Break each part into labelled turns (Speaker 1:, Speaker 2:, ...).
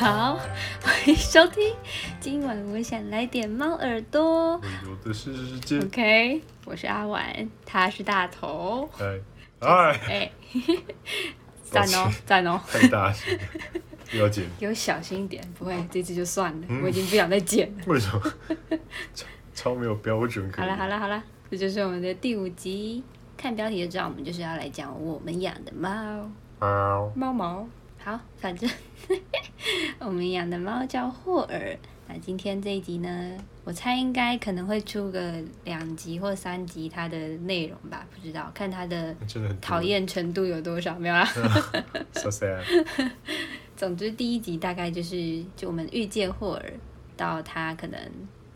Speaker 1: 好， 欢迎收听。今晚我想来点猫耳朵。
Speaker 2: 有的是时间。
Speaker 1: OK，我是阿婉，他是大头。
Speaker 2: 哎哎，
Speaker 1: 哎、
Speaker 2: 抱
Speaker 1: 赞
Speaker 2: 歉
Speaker 1: 哦，赞哦，
Speaker 2: 太大声了，又要剪，
Speaker 1: 给我小心一点，不会这次就算了，
Speaker 2: 嗯
Speaker 1: 我已经不想再剪了。
Speaker 2: 为什么？ 超超没有标准可
Speaker 1: 好
Speaker 2: 以
Speaker 1: 了。好了好了，这就是我们的第五集。看标题就知道，我们就是要来讲我们养的猫。
Speaker 2: 喵
Speaker 1: 猫毛。好，反正 我们养的猫叫霍尔。那今天这一集呢，我猜应该可能会出个两集或三集它的内容吧，不知道看它的
Speaker 2: 真的很
Speaker 1: 讨。厌程度有多少，没有啦。
Speaker 2: So sad。
Speaker 1: 总之第一集大概就是就我们遇见霍尔到他可能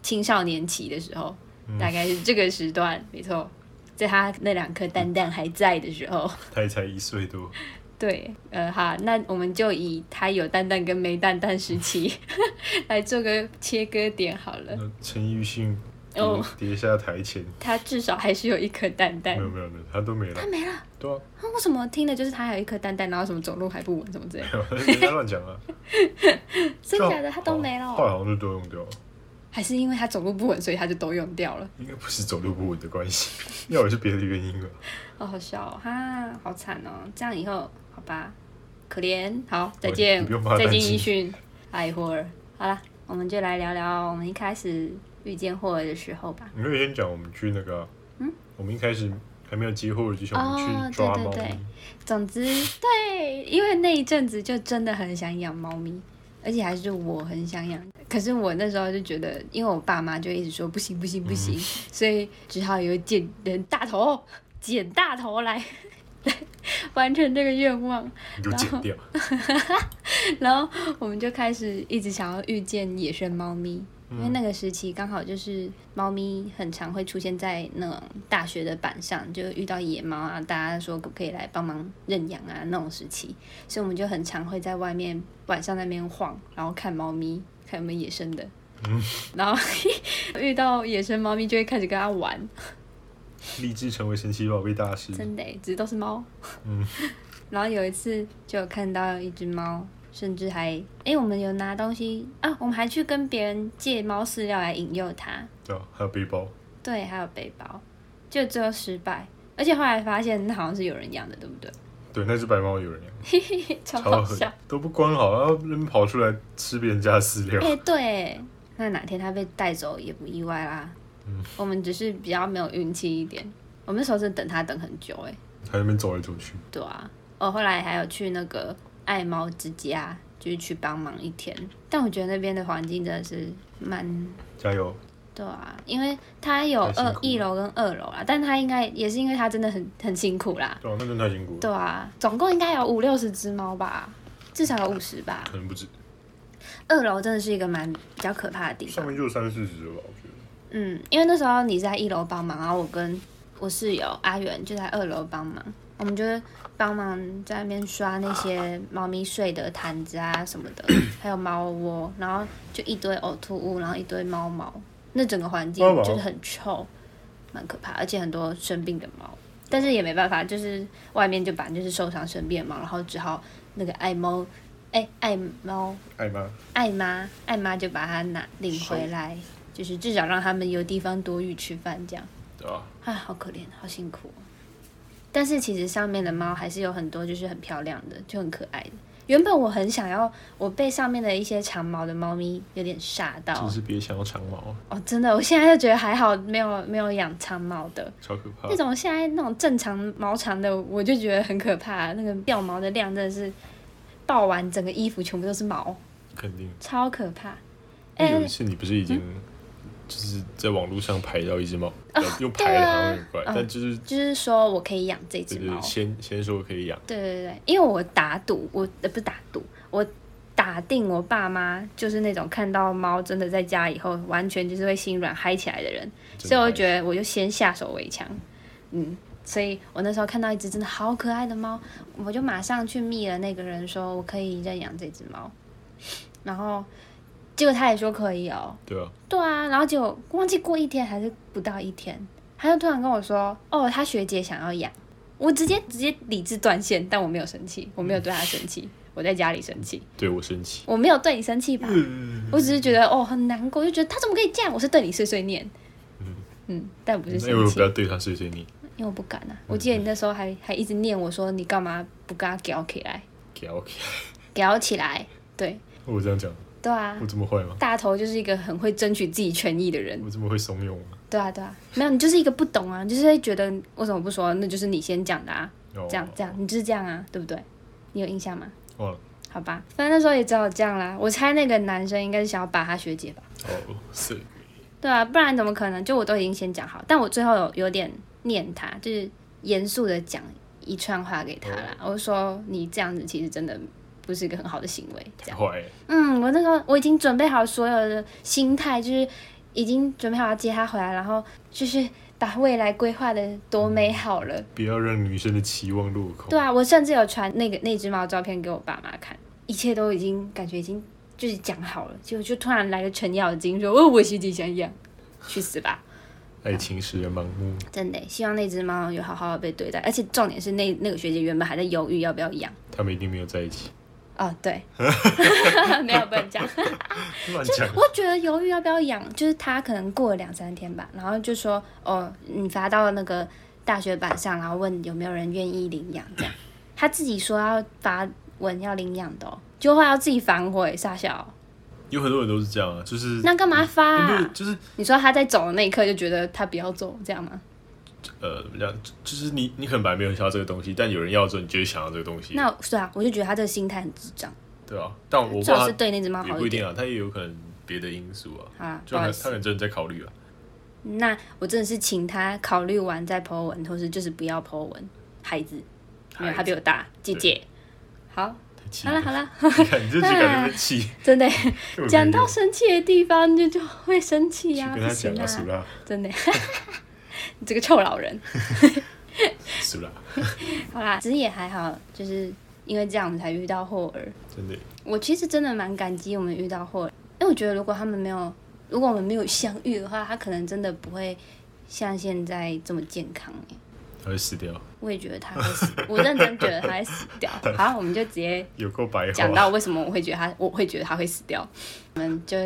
Speaker 1: 青少年期的时候，大概是这个时段，没错，在他那两颗蛋蛋还在的时候。
Speaker 2: 他也才一岁多，
Speaker 1: 对，呃，好，那我们就以它有蛋蛋跟没蛋蛋时 期来做个切割点好了。
Speaker 2: 那陈奕迅跌
Speaker 1: 嗯哦
Speaker 2: 跌下台前，
Speaker 1: 它至少还是有一颗蛋蛋
Speaker 2: 没，有没有没有，他都没了
Speaker 1: 它。没了。啊
Speaker 2: 对啊，
Speaker 1: 为什么听的就是它还有一颗蛋蛋，然后什么走路还不稳，什么之类的？
Speaker 2: 没有，人家乱讲啊。
Speaker 1: 真
Speaker 2: 就
Speaker 1: 假的，它都没了
Speaker 2: 后来
Speaker 1: 哦。
Speaker 2: 好啊像就都用掉了，
Speaker 1: 还是因为它走路不稳，所以它就都用掉了。
Speaker 2: 应该不是走路不稳的关系， 要也是别的原因了。啊
Speaker 1: 好好笑哦，哈，好惨哦。这样以后，好吧，可怜。好，再见
Speaker 2: 你不用怕，
Speaker 1: 再见，哎
Speaker 2: 担心
Speaker 1: 一迅，爱霍尔。好了，我们就来聊聊我们一开始遇见霍尔的时候吧。
Speaker 2: 你可以先讲我们去那个啊，
Speaker 1: 嗯
Speaker 2: 我们一开始还没有接获之前，我
Speaker 1: 哦
Speaker 2: 们去
Speaker 1: 对
Speaker 2: 抓
Speaker 1: 对
Speaker 2: 猫咪，
Speaker 1: 对总之，对，因为那一阵子就真的很想养猫咪，而且还是我很想养。可是我那时候就觉得，因为我爸妈就一直说不行不行不行，所以只好有捡人大头，捡大头来来完成这个愿望。
Speaker 2: 你就剪掉。
Speaker 1: 然后我们就开始一直想要遇见野生猫咪，因为那个时期刚好就是猫咪很常会出现在那种大学的板上，就遇到野猫啊，大家说可不可以来帮忙认养啊那种时期，所以我们就很常会在外面晚上那边晃，然后看猫咪，看有没有野生的。然后 遇到野生猫咪就会开始跟它玩，
Speaker 2: 立志成为神奇宝贝大师，
Speaker 1: 真的耶，只是都是猫。
Speaker 2: 嗯，
Speaker 1: 然后有一次就有看到一只猫，甚至还诶，我们有拿东西啊，我们还去跟别人借猫饲料来引诱它。
Speaker 2: 对啊，还有背包，
Speaker 1: 对，还有背包，就最后失败。而且后来发现那好像是有人养的，对不对？
Speaker 2: 对，那只白猫有人养，
Speaker 1: 超
Speaker 2: 超
Speaker 1: 好
Speaker 2: 狠
Speaker 1: 笑。，
Speaker 2: 都不关好，然后人跑出来吃别人家的饲料
Speaker 1: 哎、，对，那哪天它被带走也不意外啦。
Speaker 2: 嗯
Speaker 1: 我们只是比较没有运气一点。我们那时候真的等它等很久、诶。
Speaker 2: 还在那边走来走去，
Speaker 1: 对啊，我后来还有去那个爱猫之家，就是去帮忙一天。但我觉得那边的环境真的是蛮……
Speaker 2: 加油！
Speaker 1: 对啊，因为它有
Speaker 2: 太辛
Speaker 1: 二
Speaker 2: 苦了
Speaker 1: 一楼跟二楼啦，但它应该也是因为它真的很很辛苦啦。
Speaker 2: 对啊，那真的太辛苦了，
Speaker 1: 对啊，总共应该有五六十只猫吧，至少有五十吧。
Speaker 2: 可能不止，
Speaker 1: 二楼真的是一个蛮比较可怕的地
Speaker 2: 上
Speaker 1: 方。
Speaker 2: 面就三四十了吧，我觉得。
Speaker 1: 嗯，因为那时候你是在一楼帮忙，然后我跟我室友阿元就在二楼帮忙，我们就会帮忙在那边刷那些猫咪睡的毯子啊什么 的，还有猫窝，然后就一堆呕吐物，然后一堆猫毛，那整个环境
Speaker 2: 猫毛
Speaker 1: 就是很臭，蛮可怕，而且很多生病的猫。但是也没办法，就是外面就反正就是受伤生病的猫，然后只好那个爱猫，哎、爱猫
Speaker 2: 爱吗？
Speaker 1: 艾妈，艾妈就把它拿领回来，就是至少让他们有地方躲雨吃饭这样。
Speaker 2: 对啊，
Speaker 1: 啊，好可怜，好辛苦哦、但是其实上面的猫还是有很多，就是很漂亮的，就很可爱的。原本我很想要，我被上面的一些长毛的猫咪有点吓到
Speaker 2: 是别想要长毛，啊
Speaker 1: 哦，真的，我现在就觉得还好，没有没有养长毛的。
Speaker 2: 超可怕
Speaker 1: 那种现在那种正常毛长的，我就觉得很可怕，那个掉毛的量真的是爆完，整个衣服全部都是毛，
Speaker 2: 肯定。
Speaker 1: 超可怕。哎、嗯
Speaker 2: 有一次你不是已经就是在网络上排到一只猫，呃用排
Speaker 1: 哦对
Speaker 2: 的
Speaker 1: 啊
Speaker 2: 好像有点怪，
Speaker 1: 嗯
Speaker 2: 但就是
Speaker 1: 就是说我可以养这只
Speaker 2: 对
Speaker 1: 猫
Speaker 2: 对，。先先说可以养，
Speaker 1: 对对对，因为我打赌，我呃不是打赌，我打定我爸妈就是那种看到猫真的在家以后，完全就是会心软嗨起来的人，
Speaker 2: 真的
Speaker 1: 所以我
Speaker 2: 还
Speaker 1: 觉得我就先下手为强。嗯，所以我那时候看到一只真的好可爱的猫，我就马上去密了那个人，说我可以认养这只猫，然后结果他也说可以哦，
Speaker 2: 对啊，
Speaker 1: 对啊，然后结果忘记过一天还是不到一天，他就突然跟我说：“哦，他学姐想要养。”我直接直接理智断线，但我没有生气，我没有对他生气，我在家里生气，
Speaker 2: 对我生气。
Speaker 1: 我没有对你生气吧？
Speaker 2: 嗯
Speaker 1: 我只是觉得哦很难过，就觉得他怎么可以这样？我是对你碎碎念，嗯，但不是
Speaker 2: 因为
Speaker 1: 生
Speaker 2: 我
Speaker 1: 气
Speaker 2: 不嗯要，对他碎碎念，
Speaker 1: 因为我不敢啊。我记得你那时候还还一直念我说你干嘛不跟他搞起来，
Speaker 2: 给 OK。
Speaker 1: 搞起来，对
Speaker 2: 我这样讲，
Speaker 1: 对啊
Speaker 2: 我，这么坏吗？
Speaker 1: 大头就是一个很会争取自己权益的人，
Speaker 2: 我这么会怂恿吗？
Speaker 1: 对啊对啊，没有你就是一个不懂啊，你就是会觉得为什么不说，那就是你先讲的啊，
Speaker 2: 哦
Speaker 1: 这样这样，你就是这样啊，对不对？你有印象吗？
Speaker 2: 忘了
Speaker 1: 好吧，反正那时候也只好这样啦。我猜那个男生应该是想要把他学姐吧。
Speaker 2: 哦，是
Speaker 1: 对啊，不然怎么可能？就我都已经先讲好，但我最后有有点念他，就是严肃的讲一串话给他啦。
Speaker 2: 哦
Speaker 1: 我说你这样子其实真的不是一个很好的行为，这
Speaker 2: 太
Speaker 1: 样。
Speaker 2: 坏了，
Speaker 1: 嗯，我那时候我已经准备好所有的心态，就是已经准备好要接他回来，然后就是把未来规划的多美好了。
Speaker 2: 不要让女生的期望落空。
Speaker 1: 对啊，我甚至有传那个那只猫照片给我爸妈看，一切都已经感觉已经就是讲好了，结果就突然来个程咬金说：“哦，我心里想养，去死吧！”
Speaker 2: 爱情使人盲目，
Speaker 1: 真的耶，希望那只猫有好好的被对待，而且重点是那那个学姐原本还在犹豫要不要养。
Speaker 2: 他们一定没有在一起。
Speaker 1: 哦， 对，没有不能讲。
Speaker 2: 乱讲，
Speaker 1: 我觉得犹豫要不要养，就是她可能过了两三天吧，然后就说哦，你发到那个大学版上，然后问有没有人愿意领养这样。她自己说要发文要领养的、哦，就会要自己反悔，傻小。
Speaker 2: 有很多人都是这样啊，就是
Speaker 1: 哦那干嘛发、
Speaker 2: 不是
Speaker 1: 啊？
Speaker 2: 就是
Speaker 1: 你说她在走的那一刻就觉得她不要走，这样吗？
Speaker 2: 呃，怎么讲？就就是你你可能本来没有想要这个东西，但有人要的时候，你就会想要这个东西，
Speaker 1: 那是啊，我就觉得她这个心态很智障，
Speaker 2: 对啊。但我不知
Speaker 1: 最好
Speaker 2: 道
Speaker 1: 是对那只猫
Speaker 2: 他也
Speaker 1: 好
Speaker 2: 不一
Speaker 1: 一点。
Speaker 2: 定啊，他也有可能别的因素啊，
Speaker 1: 好啦，不
Speaker 2: 就
Speaker 1: 好
Speaker 2: 他
Speaker 1: 意思
Speaker 2: 他。很真的在考虑啊。
Speaker 1: 那我真的是请他考虑完再 po 文，或是就是不要 po 文。孩子，没有，
Speaker 2: 孩
Speaker 1: 他比我大，姐姐。 好，
Speaker 2: 太气
Speaker 1: 好
Speaker 2: 了
Speaker 1: 了好了，
Speaker 2: 你 看你这就感觉被气，
Speaker 1: 真的
Speaker 2: 根本没
Speaker 1: 讲
Speaker 2: 用
Speaker 1: 到生气的地方就就会生气
Speaker 2: 去
Speaker 1: 啊，
Speaker 2: 跟
Speaker 1: 不
Speaker 2: 他
Speaker 1: 行
Speaker 2: 讲啊，苏
Speaker 1: 啊，
Speaker 2: 拉
Speaker 1: 真的， 你这个臭老人。
Speaker 2: 苏拉，
Speaker 1: 好啦，其实也还好，就是因为这样我们才遇到霍尔。
Speaker 2: 真的
Speaker 1: 我其实真的蛮感激我们遇到霍尔，因为我觉得如果他们没有，如果我们没有相遇的话，他可能真的不会像现在这么健康、欸
Speaker 2: 他会死掉，
Speaker 1: 我也觉得他会死， 我认真觉得他会死掉。好，我们就直接
Speaker 2: 有够白
Speaker 1: 讲
Speaker 2: 话，
Speaker 1: 到为什么我会觉得他，我会觉得他会死掉。我们就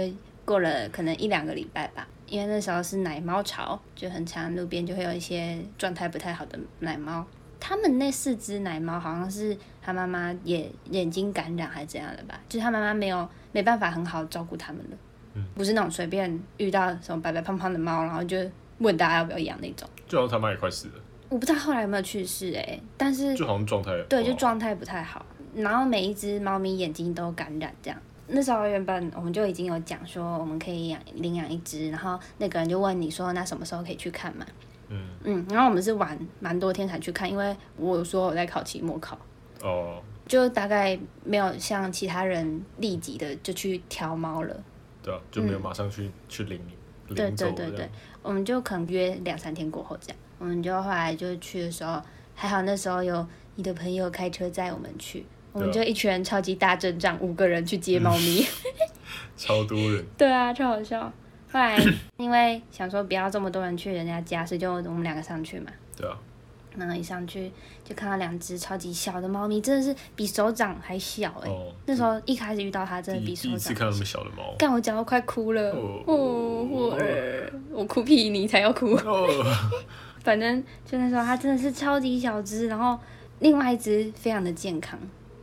Speaker 1: 过了可能一两个礼拜吧，因为那时候是奶猫潮，就很常路边就会有一些状态不太好的奶猫。他们那四只奶猫好像是他妈妈也眼睛感染还是怎样的吧，就是他妈妈没有没办法很好照顾他们了，不是那种随便遇到什么白白胖胖的猫，然后就问大家要不要养那种。
Speaker 2: 就好像他妈也快死了，
Speaker 1: 我不知道后来有没有去世哎、但是
Speaker 2: 就好像状态
Speaker 1: 对，就
Speaker 2: 哦
Speaker 1: 状态不太好。然后每一只猫咪眼睛都感染这样。那时候原本我们就已经有讲说我们可以养领养一只，然后那个人就问你说那什么时候可以去看嘛？
Speaker 2: 嗯
Speaker 1: 嗯，然后我们是晚蛮多天才去看，因为我有说我在考期末考，
Speaker 2: 哦，
Speaker 1: 就大概没有像其他人立即的就去挑猫了。
Speaker 2: 对啊，就没有马上去去领
Speaker 1: 嗯对
Speaker 2: 领走
Speaker 1: 对对
Speaker 2: 这
Speaker 1: 对
Speaker 2: 样，，
Speaker 1: 我们就可能约两三天过后这样，我们就后来就去的时候，还好那时候有你的朋友开车载我们去，我们就
Speaker 2: 对啊嗯
Speaker 1: 一群人超级大阵仗，五个人去接猫咪，
Speaker 2: 超多人，
Speaker 1: 对啊，超好笑。后来因为想说不要这么多人去人家家，所以就我们两个上去嘛，
Speaker 2: 对啊，
Speaker 1: 然后一上去就看到两只超级小的猫咪，真的是比手掌还小哎、
Speaker 2: 哦，
Speaker 1: 那时候一开始遇到它，真的
Speaker 2: 第
Speaker 1: 比
Speaker 2: 一第
Speaker 1: 手
Speaker 2: 一次
Speaker 1: 掌
Speaker 2: 看到那么小的猫，
Speaker 1: 干我讲到快哭了，
Speaker 2: 哦
Speaker 1: 哦，我我哭屁，你才要哭。
Speaker 2: 哦，
Speaker 1: 反正就那时候它真的是超级小只，然后另外一只非常的健康，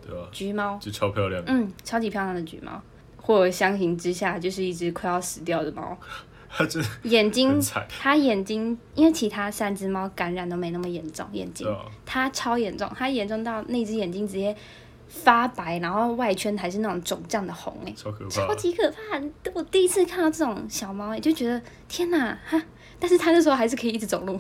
Speaker 2: 对啊，
Speaker 1: 橘猫，
Speaker 2: 就超漂亮，
Speaker 1: 嗯，超级漂亮的橘猫。或相形之下，就是一只快要死掉的猫，
Speaker 2: 它真的
Speaker 1: 眼睛
Speaker 2: 很，惨，
Speaker 1: 它眼睛，因为其他三只猫感染都没那么严重，眼睛
Speaker 2: 对啊，
Speaker 1: 它超严重，它严重到那只眼睛直接发白，然后外圈还是那种肿胀的红、欸，
Speaker 2: 超可怕
Speaker 1: 超，级可怕！我第一次看到这种小猫，哎，就觉得天哪哈！但是它那时候还是可以一直走路，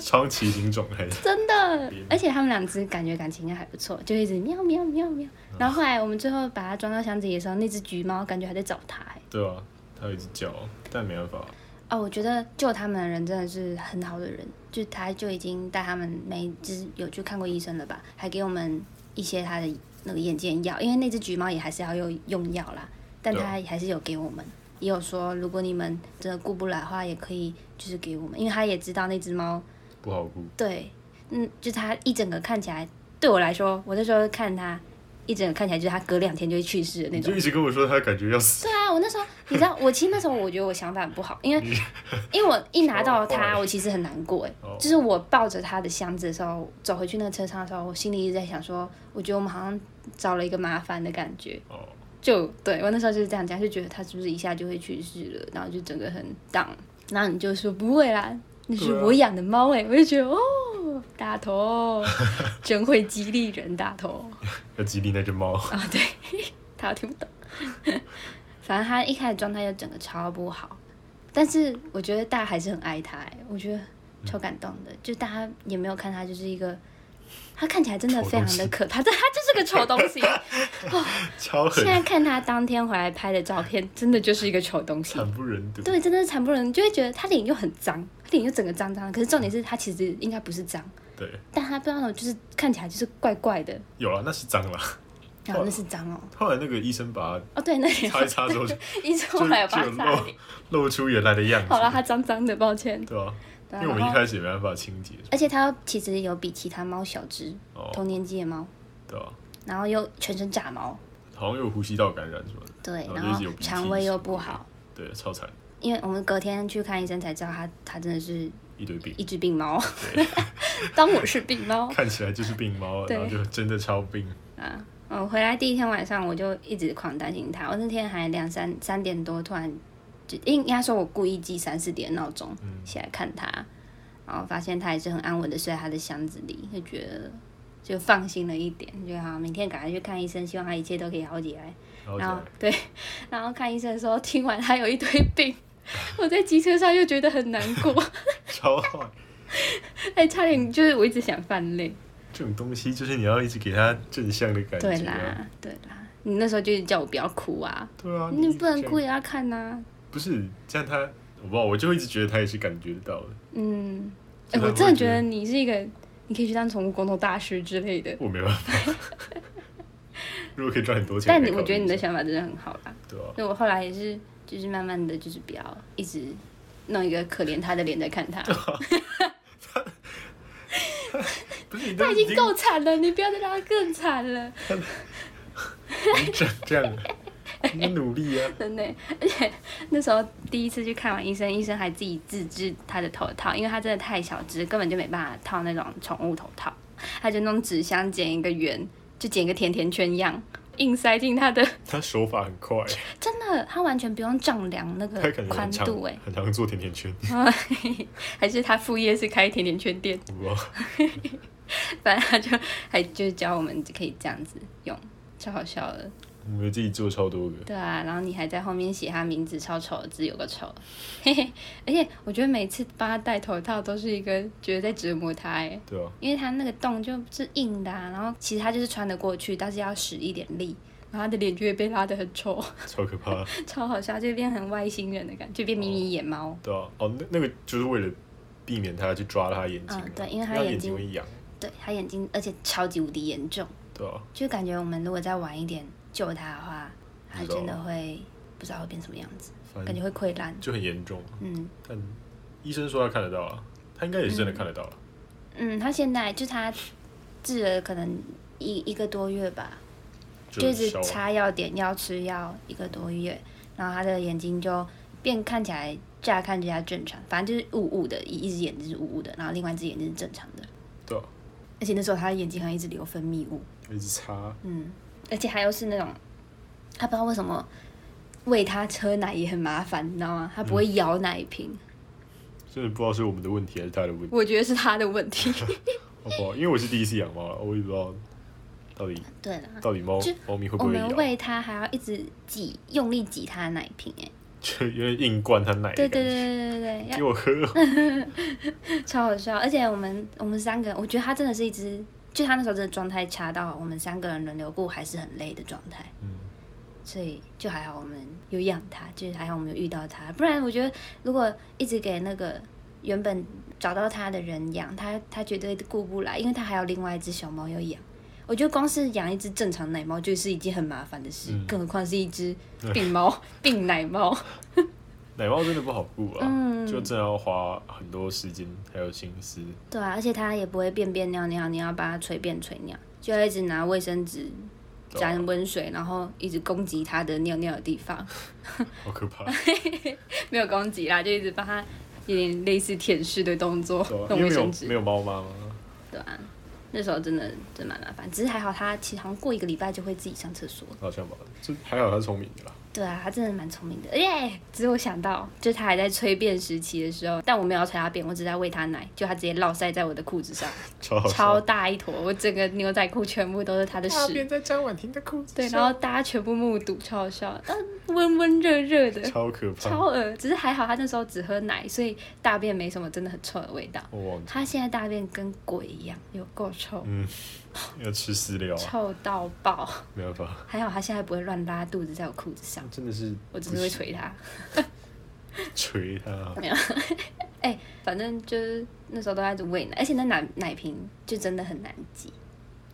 Speaker 2: 超奇形种类，
Speaker 1: 真的
Speaker 2: 天哪。
Speaker 1: 而且它们两只感觉感情应该还不错，就一直喵喵喵喵。然后后来我们最后把它装到箱子里的时候，那只橘猫感觉还在找它、哎
Speaker 2: 对啊，它一直叫，但没办法，
Speaker 1: 哦，我觉得救他们的人真的是很好的人，就他就已经带他们每一只有去看过医生了吧，还给我们一些他的那个眼见药，因为那只橘猫也还是要用用药啦，但
Speaker 2: 对
Speaker 1: 他还是有给我们，也有说如果你们真的顾不来的话，也可以就是给我们，因为他也知道那只猫
Speaker 2: 不好顾，
Speaker 1: 对，嗯，就它一整个看起来对我来说，我那时候看它一整个看起来就是它隔两天就会去世的那
Speaker 2: 你
Speaker 1: 种
Speaker 2: 就。一直跟我说他感觉要死，
Speaker 1: 对啊，我那时候你知道，我其实那时候我觉得我想法很不好，因为 因为我一拿到
Speaker 2: 超
Speaker 1: 它，
Speaker 2: 坏
Speaker 1: 我其实很难过哎
Speaker 2: 哦，
Speaker 1: 就是我抱着它的箱子的时候，走回去那个车上的时候，我心里一直在想说，我觉得我们好像找了一个麻烦的感觉。
Speaker 2: 哦，
Speaker 1: 就对我那时候就是这样讲，就觉得他是不是一下就会去世了，然后就整个很 down。然后你就说不会啦，那是
Speaker 2: 对啊
Speaker 1: 我养的猫哎、我就觉得哦，大 头真会激励人，大头
Speaker 2: 要激励那只猫。
Speaker 1: 啊、对，他听不懂。反正他一开始状态就整个超不好，但是我觉得大家还是很爱他、欸，我觉得超感动的。就大家也没有看他就是一个，他看起来真的
Speaker 2: 丑
Speaker 1: 非
Speaker 2: 东
Speaker 1: 常的
Speaker 2: 西
Speaker 1: 可怕，但他就是个丑东西。
Speaker 2: 超
Speaker 1: 现，
Speaker 2: 狠
Speaker 1: 在看他当天回来拍的照片，真的就是一个丑东西。
Speaker 2: 惨不忍睹。
Speaker 1: 对，真的是惨不忍睹，你就会觉得他脸又很脏，他脸又整个脏脏的。可是重点是他其实应该不是脏，
Speaker 2: 对，
Speaker 1: 但他不知道为什么就是看起来就是怪怪的。
Speaker 2: 有了，那是脏了。
Speaker 1: 然后那是脏哦，
Speaker 2: 后来那个医生把
Speaker 1: 哦对，那里
Speaker 2: 它擦一擦之后就，
Speaker 1: 一直
Speaker 2: 就
Speaker 1: 后来有
Speaker 2: 就
Speaker 1: 把
Speaker 2: 有
Speaker 1: 他擦
Speaker 2: 露
Speaker 1: 脸。
Speaker 2: 露出原来的样
Speaker 1: 好了，
Speaker 2: 子，
Speaker 1: 他脏脏的，抱歉。
Speaker 2: 对啊，
Speaker 1: 对
Speaker 2: 因
Speaker 1: 啊
Speaker 2: 为我们
Speaker 1: 然
Speaker 2: 一
Speaker 1: 后
Speaker 2: 开始也没办法清洁，
Speaker 1: 而且他其实有比其他猫小只，
Speaker 2: 哦，
Speaker 1: 同年纪的猫，
Speaker 2: 对啊，
Speaker 1: 然后又全身炸毛，
Speaker 2: 好像有呼吸道感染什么的，
Speaker 1: 对，
Speaker 2: 然
Speaker 1: 然
Speaker 2: 后哦就一直
Speaker 1: 后
Speaker 2: 有鼻涕
Speaker 1: 肠胃又
Speaker 2: 什么
Speaker 1: 不
Speaker 2: 的
Speaker 1: 好，
Speaker 2: 对，超惨，
Speaker 1: 因为我们隔天去看医生才知道他他真的是
Speaker 2: 一堆病，
Speaker 1: 一只病猫。
Speaker 2: 对，
Speaker 1: 当我是病猫
Speaker 2: 看起来就是病猫，
Speaker 1: 哦对
Speaker 2: 然后就真的超病，
Speaker 1: 啊！我回来第一天晚上，我就一直狂担心它。我那天还两三三点多突然就应应该说，我故意记三四点闹钟
Speaker 2: 嗯
Speaker 1: 起来看它，然后发现它也是很安稳的睡在它的箱子里，就觉得就放心了一点，就好。明天赶快去看医生，希望它一切都可以好起来。
Speaker 2: 然后
Speaker 1: 然后
Speaker 2: 就
Speaker 1: 对，然后看医生的时候，听完它有一堆病，我在机车上又觉得很难过，
Speaker 2: 超坏。
Speaker 1: 哎，差点就是我一直想犯泪。
Speaker 2: 这种东西就是你要一直给它正向的感觉、
Speaker 1: 对
Speaker 2: 啊，
Speaker 1: 啦，对啦，你那时候就一直叫我不要哭啊。
Speaker 2: 对啊，
Speaker 1: 你不能故
Speaker 2: 意，
Speaker 1: 意要看呐、
Speaker 2: 不是这样它，我不知道，我就一直觉得它也是感觉得到的，
Speaker 1: 嗯，哎、
Speaker 2: 真的
Speaker 1: 我真的
Speaker 2: 会
Speaker 1: 觉
Speaker 2: 觉
Speaker 1: 得
Speaker 2: 得
Speaker 1: 你是一个，你可以去当宠物沟通大师之类的。
Speaker 2: 我没办法。 如果可以赚很多钱，
Speaker 1: 但你
Speaker 2: 可以
Speaker 1: 我觉得你的
Speaker 2: 考虑一下
Speaker 1: 想法真的很好啦，
Speaker 2: 对啊，
Speaker 1: 所以我后来也是，就是慢慢的就是不要一直弄一个可怜他的脸在 看他，
Speaker 2: 不是你
Speaker 1: 他
Speaker 2: 都
Speaker 1: 已经够惨了，你不要再让他更惨了，
Speaker 2: 你这样这样，你努力啊，
Speaker 1: 真的。而且那时候第一次去看完医生，医生还自己自制他的头套，因为他真的太小只，根本就没办法套那种宠物头套，他就弄纸箱剪一个圆，就剪一个甜甜圈样，硬塞进他的
Speaker 2: 他手法很快，
Speaker 1: 真的，他完全不用丈量那
Speaker 2: 他
Speaker 1: 个
Speaker 2: 感觉
Speaker 1: 宽
Speaker 2: 很常
Speaker 1: 度哎、
Speaker 2: 很常做甜甜圈，
Speaker 1: 还是他副业是开甜甜圈店，
Speaker 2: 我不知道
Speaker 1: 反正他就还就是教我们可以这样子用，超好笑的。
Speaker 2: 我们自己做超多个，
Speaker 1: 对啊，然后你还在后面写他名字超丑的字有个丑， 嘿嘿，而且我觉得每次帮他戴头套都是一个觉得在折磨他哎、
Speaker 2: 对啊，
Speaker 1: 因为他那个洞就是硬的、啊，然后其实他就是穿得过去，但是要使一点力。然后他的脸就会被拉得很丑，
Speaker 2: 超可怕，
Speaker 1: 超好笑，就变很外星人的感觉，就变迷你野猫。
Speaker 2: 对啊，哦，那那个就是为了避免他去抓他眼睛啊，
Speaker 1: 嗯对因为他
Speaker 2: 他
Speaker 1: 眼
Speaker 2: 眼
Speaker 1: 睛
Speaker 2: 睛会痒，
Speaker 1: 对他眼睛，而且超级无敌严重，
Speaker 2: 对啊，
Speaker 1: 就感觉我们如果再晚一点救他的话，他
Speaker 2: 不知道
Speaker 1: 真的会不知道会变什么样子，
Speaker 2: 反
Speaker 1: 感
Speaker 2: 正
Speaker 1: 觉会溃烂。
Speaker 2: 就很严重，
Speaker 1: 嗯
Speaker 2: 但医生说他看得到啊，他应该也是真的看得到啊了，
Speaker 1: 嗯，他现在就他治了可能一一个多月吧，就一直
Speaker 2: 消
Speaker 1: 擦药点药吃药一个多月，然后他的眼睛就变看起来乍看之下正常，反正就是雾雾的，一一只眼睛是雾雾的，然后另外一只眼睛是正常的，
Speaker 2: 对啊，
Speaker 1: 而且那时候他的眼睛还一直流分泌物。
Speaker 2: 一直擦，
Speaker 1: 嗯，而且还又是那种，他不知道为什么喂他喝奶也很麻烦，你知道吗？他不
Speaker 2: 嗯
Speaker 1: 会摇奶瓶，
Speaker 2: 真的不知道是我们的问题还是他的问题，
Speaker 1: 我觉得是他的问题。
Speaker 2: 好不好？
Speaker 1: 嗯
Speaker 2: 因为我是第一次养猫啊了，我也不知道到底
Speaker 1: 对啦，
Speaker 2: 到底猫
Speaker 1: 嗯就
Speaker 2: 猫咪会
Speaker 1: 我
Speaker 2: 不会
Speaker 1: 们
Speaker 2: 咬，
Speaker 1: 喂他还要一直挤，用力挤他的奶瓶、哎，
Speaker 2: 就有点硬灌它奶的
Speaker 1: 对
Speaker 2: 哎感觉，
Speaker 1: 对对对对对
Speaker 2: 给我喝，
Speaker 1: 要， 超好笑。而且我们我们三个人，我觉得他真的是一只，就他那时候真的状态差到我们三个人轮流顾还是很累的状态。
Speaker 2: 嗯，
Speaker 1: 所以就还好我们有养它，就是还好我们有遇到它，不然我觉得如果一直给那个原本找到它的人养，它它绝对顾不来，因为它还有另外一只小猫要养。我觉得光是养一只正常奶猫就是一件很麻烦的事，
Speaker 2: 嗯
Speaker 1: 更何况是一只病猫、病奶猫。
Speaker 2: 奶猫真的不好顾啊，
Speaker 1: 嗯
Speaker 2: 就真的要花很多时间还有心思，
Speaker 1: 对啊，而且它也不会便便尿尿，你要帮它捶便捶尿，就要一直拿卫生纸
Speaker 2: 道
Speaker 1: 沾温水，然后一直攻击它的尿尿的地方，
Speaker 2: 好可怕。
Speaker 1: 没有攻击啦，就一直帮它有点类似舔舐的动作
Speaker 2: 对啊，因
Speaker 1: 弄卫
Speaker 2: 为没有
Speaker 1: 生纸
Speaker 2: 没，有猫妈吗？
Speaker 1: 对啊，那时候真的真蛮麻烦，只是还好它其实好像过一个礼拜就会自己上厕所。
Speaker 2: 好像吧，就还好它聪明的啦。
Speaker 1: 对啊，他真的蛮聪明的耶！只是我想到，就他还在催便时期的时候，但我没有要催他便，我只是在喂他奶，就他直接落塞在我的裤子上，
Speaker 2: 超好
Speaker 1: 超
Speaker 2: 笑。
Speaker 1: 大一坨，我整个牛仔裤全部都是他的
Speaker 2: 大
Speaker 1: 屎
Speaker 2: 便。在张婉婷的裤子
Speaker 1: 对，
Speaker 2: 上
Speaker 1: 然后大家全部目睹，超好笑，但温温热热的，
Speaker 2: 超可怕。
Speaker 1: 超恶。只是还好他那时候只喝奶，所以大便没什么真的很臭的味道。
Speaker 2: 我忘记，
Speaker 1: 他现在大便跟鬼一样，有够臭，
Speaker 2: 嗯，要吃饲料啊，
Speaker 1: 臭到爆。
Speaker 2: 没办法，
Speaker 1: 还好他现在不会乱拉肚子在我裤子上，
Speaker 2: 真的是
Speaker 1: 我只是会捶他。
Speaker 2: 捶它。
Speaker 1: 哎、反正就是那时候都在喂奶，而且那奶奶瓶就真的很难挤，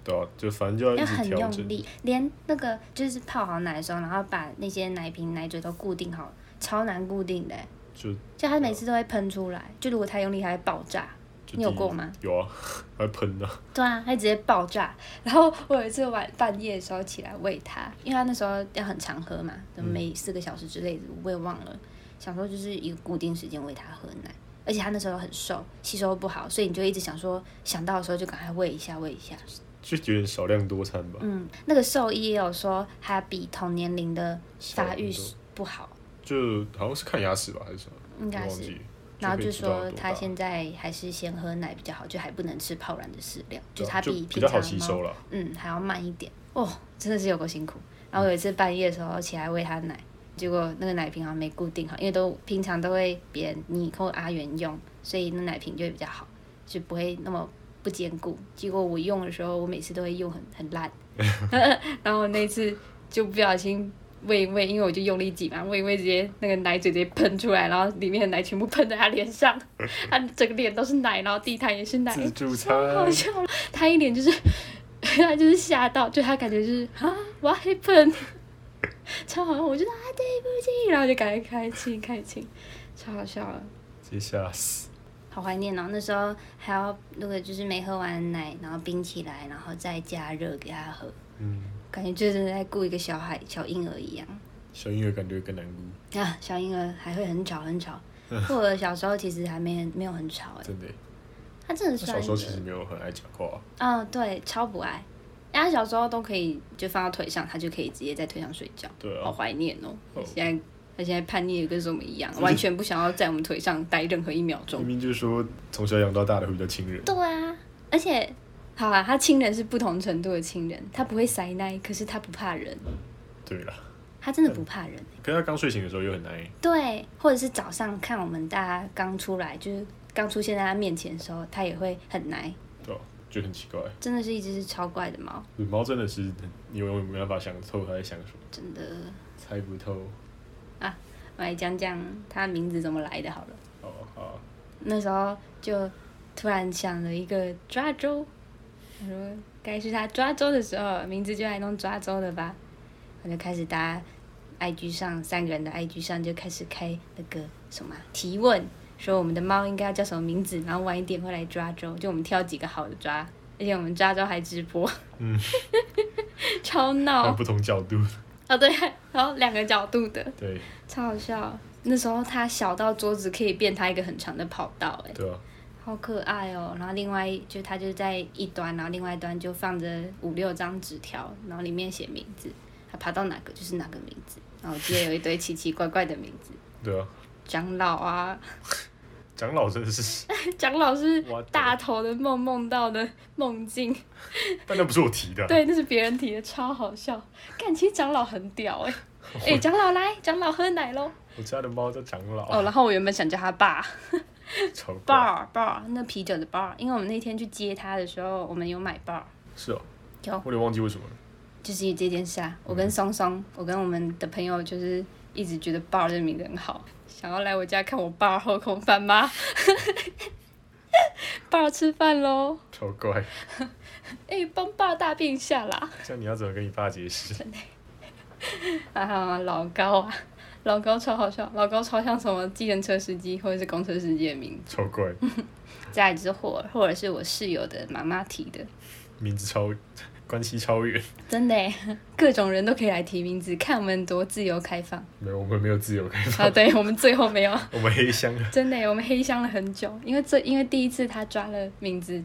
Speaker 2: 对啊，就反正就
Speaker 1: 要
Speaker 2: 一直
Speaker 1: 很
Speaker 2: 调整
Speaker 1: 用。力，连那个就是泡好奶的时候，然后把那些奶瓶奶嘴都固定好，超难固定的欸、
Speaker 2: 就啊
Speaker 1: 就它每次都会喷出来，就如果太用力，它会爆炸。
Speaker 2: 就
Speaker 1: 你有
Speaker 2: 第一
Speaker 1: 过吗？
Speaker 2: 有啊，还喷的。
Speaker 1: 对啊，它直接爆炸。然后我有一次晚半夜的时候起来喂它，因为它那时候要很常喝嘛，
Speaker 2: 嗯
Speaker 1: 就每四个小时之类的，我也忘了。想说就是一个固定时间喂它喝奶，而且它那时候很瘦，吸收不好，所以你就一直想说想到的时候就赶快喂一下喂一下。
Speaker 2: 就有点少量多餐吧。
Speaker 1: 嗯，那个兽医也有说，它比同年龄的发育
Speaker 2: 少量多
Speaker 1: 不好，
Speaker 2: 就好像是看牙齿吧，还是什么？
Speaker 1: 应该
Speaker 2: 忘
Speaker 1: 是。
Speaker 2: 记。
Speaker 1: 然后
Speaker 2: 可以
Speaker 1: 就
Speaker 2: 知道
Speaker 1: 说
Speaker 2: 多
Speaker 1: 它
Speaker 2: 大
Speaker 1: 现在还是先喝奶比较好，就还不能吃泡软的饲料，就
Speaker 2: 对啊
Speaker 1: 它
Speaker 2: 就
Speaker 1: 比
Speaker 2: 比
Speaker 1: 平
Speaker 2: 较
Speaker 1: 常
Speaker 2: 好
Speaker 1: 的
Speaker 2: 吸
Speaker 1: 猫
Speaker 2: 收啦。
Speaker 1: 嗯，还要慢一点哦，真的是有够辛苦。然后有一次半夜的时候起来喂它奶，结果那个奶瓶好像没固定好，因为都平常都会别人你或阿元用，所以那奶瓶就会比较好，就不会那么不坚固。结果我用的时候，我每次都会用很很 烂，然后那次就不小心。喂一喂，因为我就用力挤嘛，喂一喂，直接那个奶嘴直接喷出来，然后里面的奶全部喷在他脸 上，他整个脸都是奶，然后地毯也是奶，
Speaker 2: 自助
Speaker 1: 好
Speaker 2: 餐，
Speaker 1: 笑了，他一脸就是 他就是吓到，就他感觉就是啊，what happened？超好笑，我就说啊对不起，然后就赶快开亲开亲，超好笑了，
Speaker 2: 直接吓死。
Speaker 1: 好怀念哦。那时候还要那个就是没喝完奶，然后冰起来，然后再加热给他喝，
Speaker 2: 嗯，
Speaker 1: 感觉就真的在顾一个小孩小婴儿一样。
Speaker 2: 小婴儿感觉更难过，
Speaker 1: 啊，小婴儿还会很吵很 吵，或者小时候其实还没很没有很吵哎、
Speaker 2: 真的耶。
Speaker 1: 他真的
Speaker 2: 他
Speaker 1: 算一
Speaker 2: 小时候
Speaker 1: 个
Speaker 2: 其实没有很爱讲话，
Speaker 1: 嗯，对，超不爱。人家小时候都可以就放到腿上，他就可以直接在腿上睡觉，
Speaker 2: 对啊
Speaker 1: 好怀念哦。
Speaker 2: 哦
Speaker 1: 现在他现在叛逆的跟什么一 样，完全不想要在我们腿上待任何一秒
Speaker 2: 明
Speaker 1: 钟。
Speaker 2: 明就说从小养到大的会比较亲人。
Speaker 1: 对啊，而且好啊，他亲人是不同程度的亲人，他不会塞奶，可是他不怕人，
Speaker 2: 对啦，
Speaker 1: 他真的不怕人。
Speaker 2: 可是他刚睡醒的时候又很难，
Speaker 1: 对，或者是早上看我们大家刚出来，就是刚出现在他面前的时候，他也会很奶，
Speaker 2: 对吧？就很奇怪，
Speaker 1: 真的是一只是超怪的猫，
Speaker 2: 猫真的是你永远没办法想透它在想什么，
Speaker 1: 真的。
Speaker 2: 猜不透。
Speaker 1: 我来讲讲它名字怎么来的好了。
Speaker 2: 哦，好，
Speaker 1: 那时候就突然想了一个抓周，我说该是他抓周的时候，名字就来弄抓周了吧。我就开始大家 IG 上三个人的 IG 上就开始开那个什么啊提问，说我们的猫应该要叫什么名字，然后晚一点会来抓周，就我们挑几个好的抓，而且我们抓周还直播，
Speaker 2: 嗯，
Speaker 1: 超
Speaker 2: 还有
Speaker 1: 闹
Speaker 2: 不同角度，
Speaker 1: 哦对，然后两个角度的，
Speaker 2: 对
Speaker 1: 超好笑。那时候它小到桌子可以变它一个很长的跑道、哎。
Speaker 2: 对啊，
Speaker 1: 好可爱哦！然后另外就它就在一端，然后另外一端就放着五六张纸条，然后里面写名字，它爬到哪个就是哪个名字。然后我记得有一堆奇奇怪怪的名字，
Speaker 2: 对啊，
Speaker 1: 长老啊，
Speaker 2: 长老真的是，
Speaker 1: 长老是
Speaker 2: What the-
Speaker 1: 大头的梦梦到的梦境，
Speaker 2: 但那不是我提的啊，
Speaker 1: 对，那是别人提的，超好笑。看，其实长老很屌哎、哎、长老来，长老喝奶喽。
Speaker 2: 我家的猫叫长老，
Speaker 1: 哦，然后我原本想叫他爸。
Speaker 2: 超怪
Speaker 1: bar bar 那啤酒的 bar，因为我们那天去接他的时候，我们有买 bar，
Speaker 2: 是哦，
Speaker 1: 有
Speaker 2: 我有点忘记为什么了。
Speaker 1: 就是因为这件事啊，我跟松松，我跟我们的朋友就是一直觉得 bar 这个名字很好，想要来我家看我 bar 后空翻 吗？bar 吃饭喽！
Speaker 2: 超怪，
Speaker 1: 哎、帮 bar 大便一下啦！
Speaker 2: 这样你要怎么跟你爸 解释？
Speaker 1: 啊，老高啊，老高超好笑，老高超像什么计程车司机或者是公车司机的名字。
Speaker 2: 超怪，
Speaker 1: 再来就是或或者是我室友的妈妈提的，
Speaker 2: 名字超关系超远。
Speaker 1: 真的耶，各种人都可以来提名字，看我们多自由开放
Speaker 2: 没有，我们没有自由开放，
Speaker 1: 啊！对我们最后没有，
Speaker 2: 我们黑箱啊。
Speaker 1: 真的耶，我们黑箱了很久，因为这因为第一次他抓了名字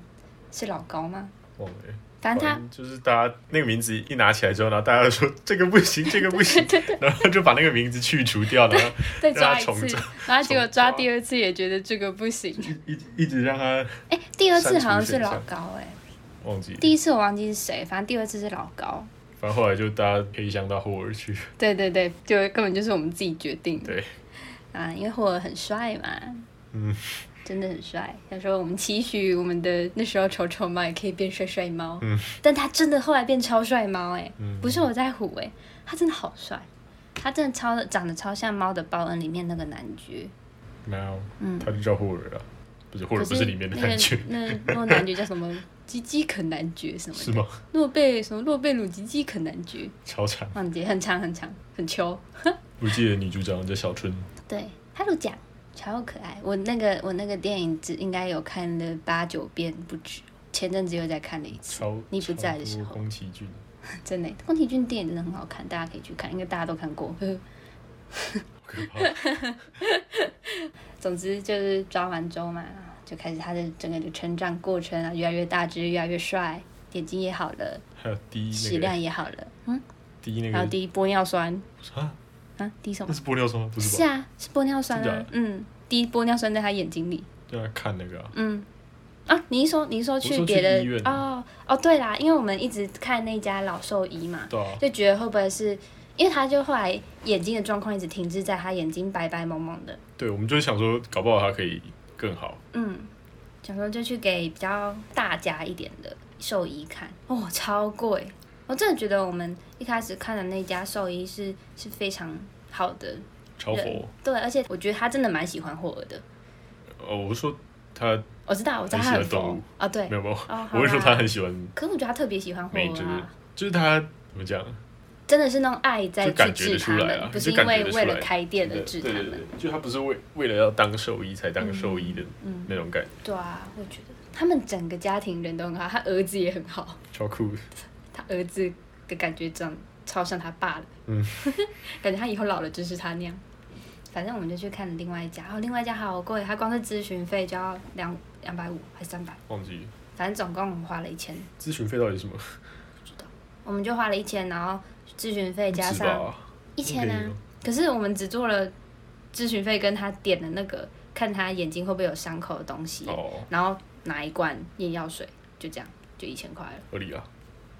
Speaker 1: 是老高吗？
Speaker 2: 忘了耶。
Speaker 1: 反正他
Speaker 2: 正就是大家那个名字一拿起来之后，然后大家都说这个不行，这个不行， 然后就把那个名字去除掉，然后
Speaker 1: 再抓一
Speaker 2: 让他重
Speaker 1: 次
Speaker 2: 抓，
Speaker 1: 然后结果抓
Speaker 2: 重抓
Speaker 1: 第二次也觉得这个不 行。
Speaker 2: 一一一直让他
Speaker 1: 哎、第二次好像是
Speaker 2: 删除选项
Speaker 1: 老高哎、
Speaker 2: 忘记。
Speaker 1: 第一次我忘记是谁，反正第二次是老高。
Speaker 2: 反正后来就大家黑箱到霍尔去，
Speaker 1: 对对对，就根本就是我们自己决定的
Speaker 2: 对，
Speaker 1: 啊，因为霍尔很帅嘛，
Speaker 2: 嗯，
Speaker 1: 真的很帅。他说我们期许我们的那时候丑丑猫也可以变帅帅猫，
Speaker 2: 嗯，
Speaker 1: 但他真的后来变超帅猫哎、
Speaker 2: 嗯
Speaker 1: 不是我在唬哎、他真的好帅，他真的超长得超像《猫的报恩》里面那个男爵，
Speaker 2: 没有，
Speaker 1: 嗯
Speaker 2: 他就叫霍尔了，啊不是霍尔，不
Speaker 1: 可
Speaker 2: 是里面的男爵，
Speaker 1: 那个那那个男爵叫什么？ 吉吉肯男爵什么的？
Speaker 2: 是吗？
Speaker 1: 诺贝什么诺贝鲁吉基肯男爵，
Speaker 2: 超惨，
Speaker 1: 忘记很长很长很秋。
Speaker 2: 我记得女主角叫小春，
Speaker 1: 对，他都讲超可爱。我那个我那个电影只应该有看了八九遍不止，前阵子又再看了一 次。
Speaker 2: 超
Speaker 1: 你不在的时候
Speaker 2: 超多宫崎骏，
Speaker 1: 真的，宫崎骏电影真的很好看，大家可以去看，应该大家都看过。 呵呵
Speaker 2: 好可怕，
Speaker 1: 总之就是抓完之后嘛，就开始他的整个的成长过程啊，越来越大只，越来越帅，眼睛也好了，
Speaker 2: 还有滴
Speaker 1: 食
Speaker 2: 那个
Speaker 1: 量也好了，嗯，
Speaker 2: 滴那
Speaker 1: 还有
Speaker 2: 个
Speaker 1: 滴玻尿酸
Speaker 2: 啊，
Speaker 1: 啊，滴什
Speaker 2: 那
Speaker 1: 么？
Speaker 2: 是玻尿酸吗不是
Speaker 1: 是
Speaker 2: 吧？
Speaker 1: 啊，是玻尿酸
Speaker 2: 真假的
Speaker 1: 啊，嗯，滴玻尿酸在他眼睛里。
Speaker 2: 就在看那个啊，
Speaker 1: 嗯，啊，你一说你一说
Speaker 2: 我
Speaker 1: 去
Speaker 2: 说
Speaker 1: 别
Speaker 2: 去医院
Speaker 1: 的
Speaker 2: 啊
Speaker 1: 哦哦，对啦，因为我们一直看那家老兽医嘛，
Speaker 2: 对啊，
Speaker 1: 就觉得会不会是因为他就后来眼睛的状况一直停滞在他眼睛白白蒙蒙的，
Speaker 2: 对，我们就想说，搞不好他可以更好，
Speaker 1: 嗯，想说就去给比较大家一点的兽医看，哦，超贵，我真的觉得我们一开始看的那家兽医是是非常好的
Speaker 2: 超
Speaker 1: 人
Speaker 2: 佛，，
Speaker 1: 对，而且我觉得他真的蛮喜欢霍尔的，
Speaker 2: 哦，我说他
Speaker 1: 我知道我知道他
Speaker 2: 很
Speaker 1: 很
Speaker 2: 喜欢动
Speaker 1: 佛
Speaker 2: 物
Speaker 1: 哦，对
Speaker 2: 没，有没有，
Speaker 1: 哎 哦，
Speaker 2: 我是说
Speaker 1: 好啦
Speaker 2: 他很喜欢
Speaker 1: 可是我觉得他特别喜欢霍
Speaker 2: 美
Speaker 1: 尔
Speaker 2: 就是
Speaker 1: 啊，
Speaker 2: 就是他怎么讲，
Speaker 1: 真的是那种爱在
Speaker 2: 就
Speaker 1: 去
Speaker 2: 感觉
Speaker 1: 治
Speaker 2: 得
Speaker 1: 他
Speaker 2: 出来
Speaker 1: 们，
Speaker 2: 啊，
Speaker 1: 不是
Speaker 2: 就
Speaker 1: 因
Speaker 2: 感
Speaker 1: 为
Speaker 2: 觉得出
Speaker 1: 为
Speaker 2: 来
Speaker 1: 了开店而
Speaker 2: 对
Speaker 1: 治
Speaker 2: 对
Speaker 1: 他
Speaker 2: 对
Speaker 1: 们。嗯
Speaker 2: 对，就他不是为为了要当兽医才当兽医的那种感觉，
Speaker 1: 对啊，我觉得他们整个家庭人都很好，他儿子也很好，
Speaker 2: 超酷的，
Speaker 1: 他儿子的感觉长超像他爸的，
Speaker 2: 嗯，
Speaker 1: 感觉他以后老了就是他那样。反正我们就去看另外一家，然、后另外一家好贵，他光是咨询费就要两两百五还是三百，
Speaker 2: 忘记
Speaker 1: 反正总共我们花了一千，
Speaker 2: 咨询费到底是什么？
Speaker 1: 我们就花了一千，然后咨询费加
Speaker 2: 不知
Speaker 1: 上
Speaker 2: 道啊
Speaker 1: 一千
Speaker 2: 很便宜
Speaker 1: 啊
Speaker 2: 吗，
Speaker 1: 可是我们只做了咨询费跟他点的那个，看他眼睛会不会有伤口的东西，
Speaker 2: 哦，
Speaker 1: 然后拿一罐眼药水，就这样，就一千块了，
Speaker 2: 合理啊，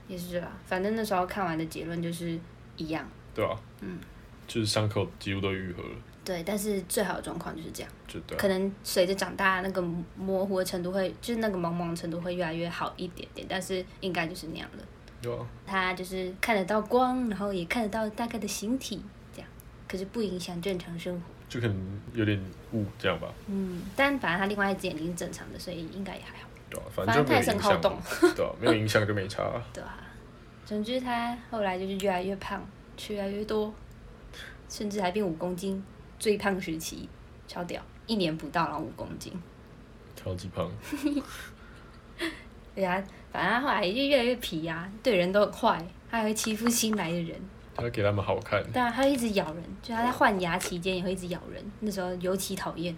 Speaker 1: 也是啦。反正那时候看完的结论就是一样，
Speaker 2: 对啊，
Speaker 1: 嗯，
Speaker 2: 就是伤口几乎都愈合了，
Speaker 1: 对，但是最好的状况就是这样，
Speaker 2: 就对啊，
Speaker 1: 可能随着长大那个模糊的程度会，就是那个蒙蒙的程度会越来越好一点点，但是应该就是那样的。
Speaker 2: 对啊，
Speaker 1: 他就是看得到光，然后也看得到大概的形体，这样，可是不影响正常生活。
Speaker 2: 就可能有点雾这样吧，
Speaker 1: 嗯，但反正他另外一只眼睛正常的，所以应该也还好，
Speaker 2: 对啊，反
Speaker 1: 反正
Speaker 2: 正就
Speaker 1: 他也
Speaker 2: 没有
Speaker 1: 是很
Speaker 2: 影
Speaker 1: 好
Speaker 2: 响
Speaker 1: 动
Speaker 2: 嘛，对啊，没有影响就没差啊，
Speaker 1: 对吧、总之他后来就是越来越胖，吃越来越多，甚至还变五公斤，最胖时期超屌，一年不到然后五公斤，
Speaker 2: 超级胖，
Speaker 1: 对啊，反正他后来就越来越皮啊，对人都很坏，他还会欺负新来的人，
Speaker 2: 他给他们好看，
Speaker 1: 当然他会一直咬人，就他在换牙期间也会一直咬人，那时候尤其讨厌。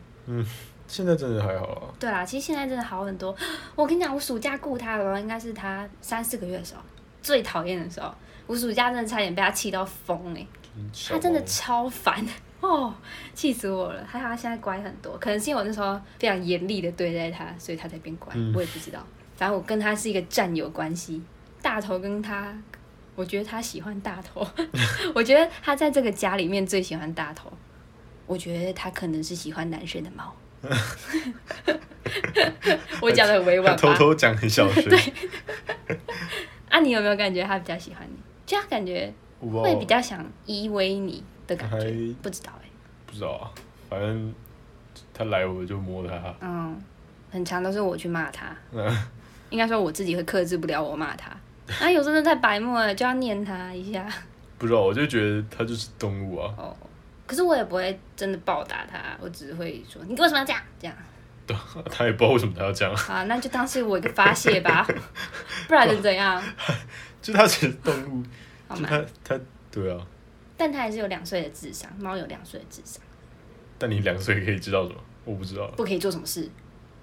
Speaker 2: 现在真的还好啊，
Speaker 1: 对啦，其实现在真的好很多。 我跟你讲，我暑假雇他的时候，应该是他三四个月的时候，最讨厌的时候。我暑假真的差点被他气到疯哎、
Speaker 2: 小
Speaker 1: 他真的
Speaker 2: 猫
Speaker 1: 超烦 哦，气死我了。还好他现在乖很多，可能是因为我那时候非常严厉的对待他，所以他才变乖。
Speaker 2: 嗯
Speaker 1: 我也不知道，反正我跟他是一个战友关系。大头跟他，我觉得他喜欢大 头，我觉得他在这个家里面最喜欢大头。我觉得他可能是喜欢男生的 猫。我讲的很委婉
Speaker 2: 他
Speaker 1: 吧？
Speaker 2: 偷偷讲很小 声，
Speaker 1: 啊，你有没有感觉他比较喜欢你？就他感觉
Speaker 2: 我
Speaker 1: 会比较想依偎你的感觉
Speaker 2: 还，
Speaker 1: 不知道哎、
Speaker 2: 不知道啊，反正他来我就摸他，
Speaker 1: 嗯，很常都是我去骂他，
Speaker 2: 嗯，
Speaker 1: 应该说我自己会克制不了我骂他。啊，有时候真的太白目了，就要念他一下。
Speaker 2: 不知道，我就觉得他就是动物啊，
Speaker 1: 哦，可是我也不会真的暴打他，我只会说你为什么要这样这样。
Speaker 2: 对啊，他也不知道为什么他要这样，
Speaker 1: 好，那就当是我一个发泄吧，不然能怎样？
Speaker 2: 就它只是动物，
Speaker 1: 好
Speaker 2: 就
Speaker 1: 吗？
Speaker 2: 它它对啊。
Speaker 1: 但它还是有两岁的智商，猫有两岁的智商，
Speaker 2: 但你两岁可以知道什么？我不知道，
Speaker 1: 不可以做什么事，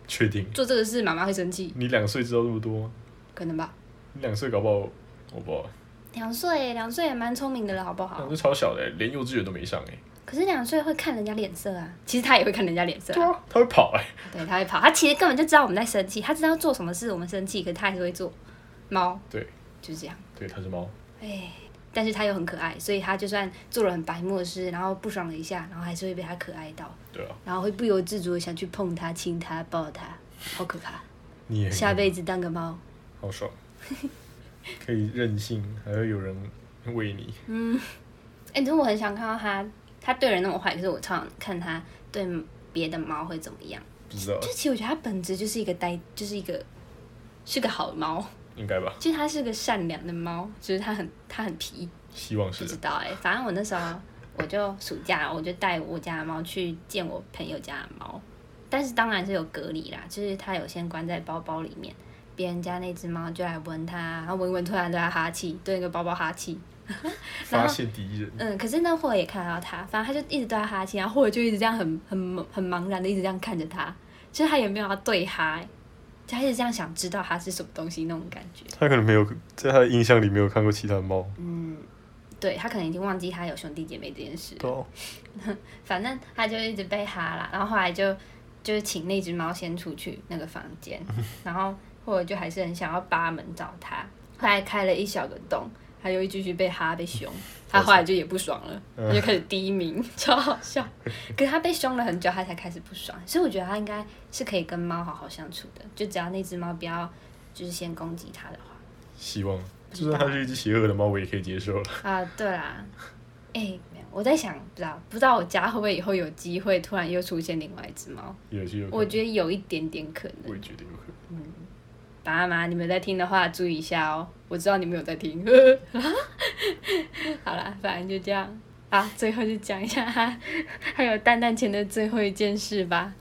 Speaker 2: 确定？
Speaker 1: 做这个事妈妈会生气，
Speaker 2: 你两岁知道这么多吗？
Speaker 1: 可能吧？
Speaker 2: 你两岁搞不好，我不好，
Speaker 1: 两岁，两岁也蛮聪明的了，好不
Speaker 2: 两
Speaker 1: 好？
Speaker 2: 岁超小的、连幼稚园都没上哎、
Speaker 1: 哦可是两岁会看人家脸色啊，其实它也会看人家脸色啊、
Speaker 2: 啊，它会跑哎、
Speaker 1: 对，它会跑，它其实根本就知道我们在生气，它知道做什么事我们生气，可是它还是会做。猫
Speaker 2: 对
Speaker 1: 就是这样，
Speaker 2: 对，它是猫，
Speaker 1: 哎，但是它又很可爱，所以它就算做了很白目的事，然后不爽了一下，然后还是会被它可爱到，
Speaker 2: 对啊，
Speaker 1: 然后会不由自主的想去碰它、亲它、抱它，好可怕！
Speaker 2: 你也
Speaker 1: 下辈子当个猫。
Speaker 2: 好爽，可以任性，还会有人喂你，
Speaker 1: 哎、可是我很想看到它，它对人那么坏，可是我超想看它对别的猫会怎么样。
Speaker 2: 不知道
Speaker 1: 就其实我觉得它本质就是一个呆，就是一个是个好猫，
Speaker 2: 应该吧？
Speaker 1: 就是它是个善良的猫，就是它很它很皮，
Speaker 2: 希望
Speaker 1: 不
Speaker 2: 是
Speaker 1: 知
Speaker 2: 的，
Speaker 1: 道哎、反正我那时候我就暑假我就带我家的猫去见我朋友家的猫，但是当然是有隔离啦，就是它有先关在包包里面。别人家那只猫就来闻它，然后闻一闻突然对它哈气，对那个包包哈气，
Speaker 2: 发现敌人，
Speaker 1: 嗯，可是那霍尔也看到他，反正他就一直对他哈气，然后霍尔就一直这样很很茫很茫然的一直这样看着他，就是他也没有要对哈，就他一直这样想知道他是什么东西那种感觉。
Speaker 2: 他可能没有在他的印象里没有看过其他猫，
Speaker 1: 嗯，对他可能已经忘记他有兄弟姐妹这件事了，
Speaker 2: 对、啊，
Speaker 1: 反正他就一直被哈啦，然后后来就就是请那只猫先出去那个房间，然后霍尔就还是很想要扒门找他，后来开了一小个洞，他又继续被哈被凶，他后来就也不爽了，他就开始低鸣，超好笑。可是他被凶了很久，他才开始不爽，所以我觉得他应该是可以跟猫好好相处的，就只要那只猫不要就是先攻击他的话。
Speaker 2: 希望。就算它是一只邪恶的猫，我也可以接受了。
Speaker 1: 啊，对啦，哎、没有，我在想，不知道不知道我家会不会以后有机会突然又出现另外一只猫，
Speaker 2: 也是有可能，
Speaker 1: 我觉得有一点点可能。
Speaker 2: 我也觉得有可能。
Speaker 1: 爸妈，你们在听的话，注意一下哦。我知道你们有在听。 好啦，反正就这样啊。最后就讲一下他还有蛋蛋前的最后一件事吧。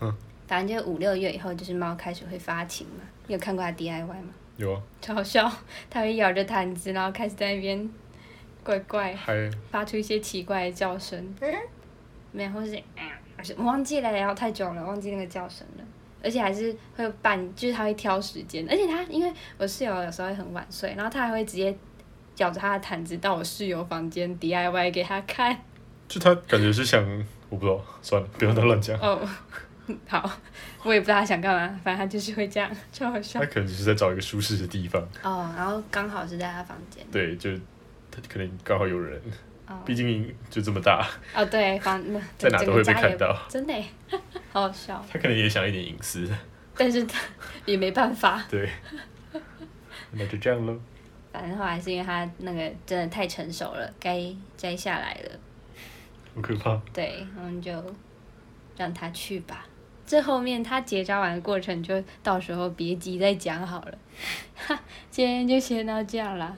Speaker 2: 嗯。
Speaker 1: 反正就五六月以后，就是猫开始会发情嘛。你有看过它 DIY 吗？
Speaker 2: 有啊，
Speaker 1: 超好笑，它会咬着毯子，然后开始在那边怪怪
Speaker 2: 还
Speaker 1: 发出一些奇怪的叫声，没有，或是嗯，而且我忘记了，然后太久了，忘记那个叫声了，而且还是会伴，就是他会挑时间，而且他因为我室友有时候会很晚睡，然后他还会直接咬着他的毯子到我室友房间 DIY 给他看，
Speaker 2: 就它感觉是想，我不知道，算了，不要再乱讲。
Speaker 1: 哦， 好，我也不知道他想干嘛，反正他就是会这样，超好笑
Speaker 2: 它可能只是在找一个舒适的地方，
Speaker 1: 哦，然后刚好是在他房间，
Speaker 2: 对，就它可能刚好有人，
Speaker 1: 哦
Speaker 2: 毕竟就这么大，
Speaker 1: 哦对，房
Speaker 2: 在哪都会被
Speaker 1: 整个家也
Speaker 2: 看到，
Speaker 1: 真的耶， 好好笑，
Speaker 2: 它可能也想一点隐私，
Speaker 1: 但是他也没办法。
Speaker 2: 对。 那就这样喽，
Speaker 1: 反正后来是因为他那个真的太成熟了，该摘下来了。
Speaker 2: 好可怕。
Speaker 1: 对，我们就让他去吧。这后面他结扎完的过程，就到时候别急再讲好了。 哈，今天就先到这样啦。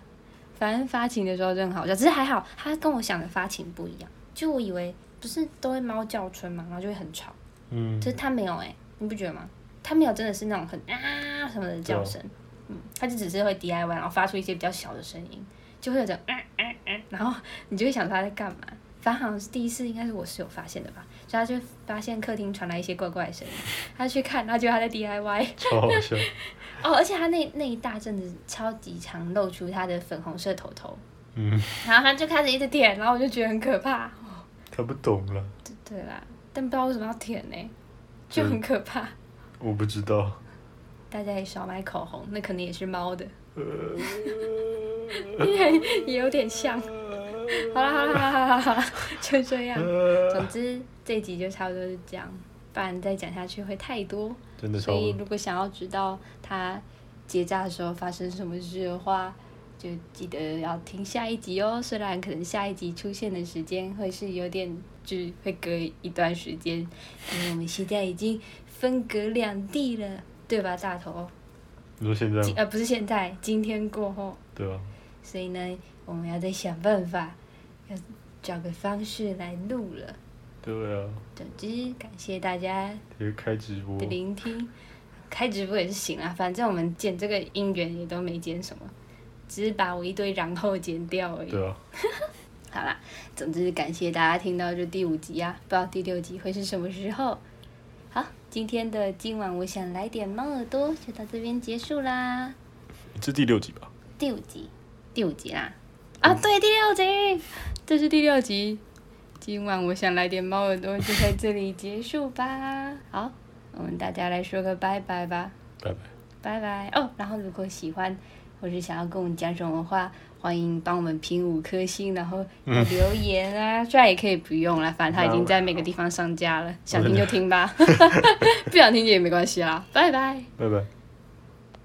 Speaker 1: 反正发情的时候真的很好笑，只是还好他跟我想的发情不一样。就我以为不是都会猫叫春嘛，然后就会很吵，
Speaker 2: 嗯
Speaker 1: 可，是他没有哎、你不觉得吗？他没有真的是那种很啊什么的叫声，嗯，他就只是会 DIY，然后发出一些比较小的声音，就会有种嗯嗯嗯，然后你就会想说他在干嘛。反正好像是第一次，应该是我室友发现的吧，所以他就发现客厅传来一些怪怪的声音，他去看，他觉得他在 DIY
Speaker 2: 超好笑，
Speaker 1: 哦，而且他那那一大阵子超级常露出他的粉红色头头，
Speaker 2: 嗯，
Speaker 1: 然后他就开始一直舔，然后我就觉得很可怕，哦
Speaker 2: 他不懂了，
Speaker 1: 对对啦，但不知道为什么要舔呢、就很可怕。
Speaker 2: 我不知道，
Speaker 1: 大家也少买口红，那可能也是猫的，
Speaker 2: 呃，
Speaker 1: 也有点像。好啦好啦好啦好啦，就这 样。总之这一集就差不多是这样，不然再讲下去会太多。
Speaker 2: 真的超
Speaker 1: 所以如果想要知道它结扎的时候发生什么事的话，就记得要听下一集哦。虽然可能下一集出现的时间会是有点，就是会隔一段时间，因为我们现在已经分隔两地了，对吧，大头？
Speaker 2: 你说现在
Speaker 1: 今
Speaker 2: 吗？
Speaker 1: 呃不是现在，今天过后，
Speaker 2: 对啊，
Speaker 1: 所以呢，我们要再想办法，要找个方式来录了。
Speaker 2: 对啊，
Speaker 1: 总之，感谢大家
Speaker 2: 直接开直播
Speaker 1: 的，聆听，开直播也是行啦，反正我们剪这个音源也都没剪什么，只是把我一堆然后剪掉而已。
Speaker 2: 对啊，
Speaker 1: 好啦，总之感谢大家听到这第五集啊，不知道第六集会是什么时候。好，今天的今晚我想来点猫耳朵就到这边结束啦。
Speaker 2: 这第六集吧？
Speaker 1: 第五集，第五集啦！啊，对，第六集，这是第六集。今晚我想来点猫耳朵，就在这里结束吧。 好，我们大家来说个拜拜吧，
Speaker 2: 拜拜。
Speaker 1: 拜拜哦。然后如果喜欢或是想要跟我们讲什么话，欢迎帮我们评五颗星，然后留言啊，虽然也可以不用啦，反正它已经在每个地 方上架了，想听就听吧，不想听也没关系啦。拜拜。
Speaker 2: 拜拜。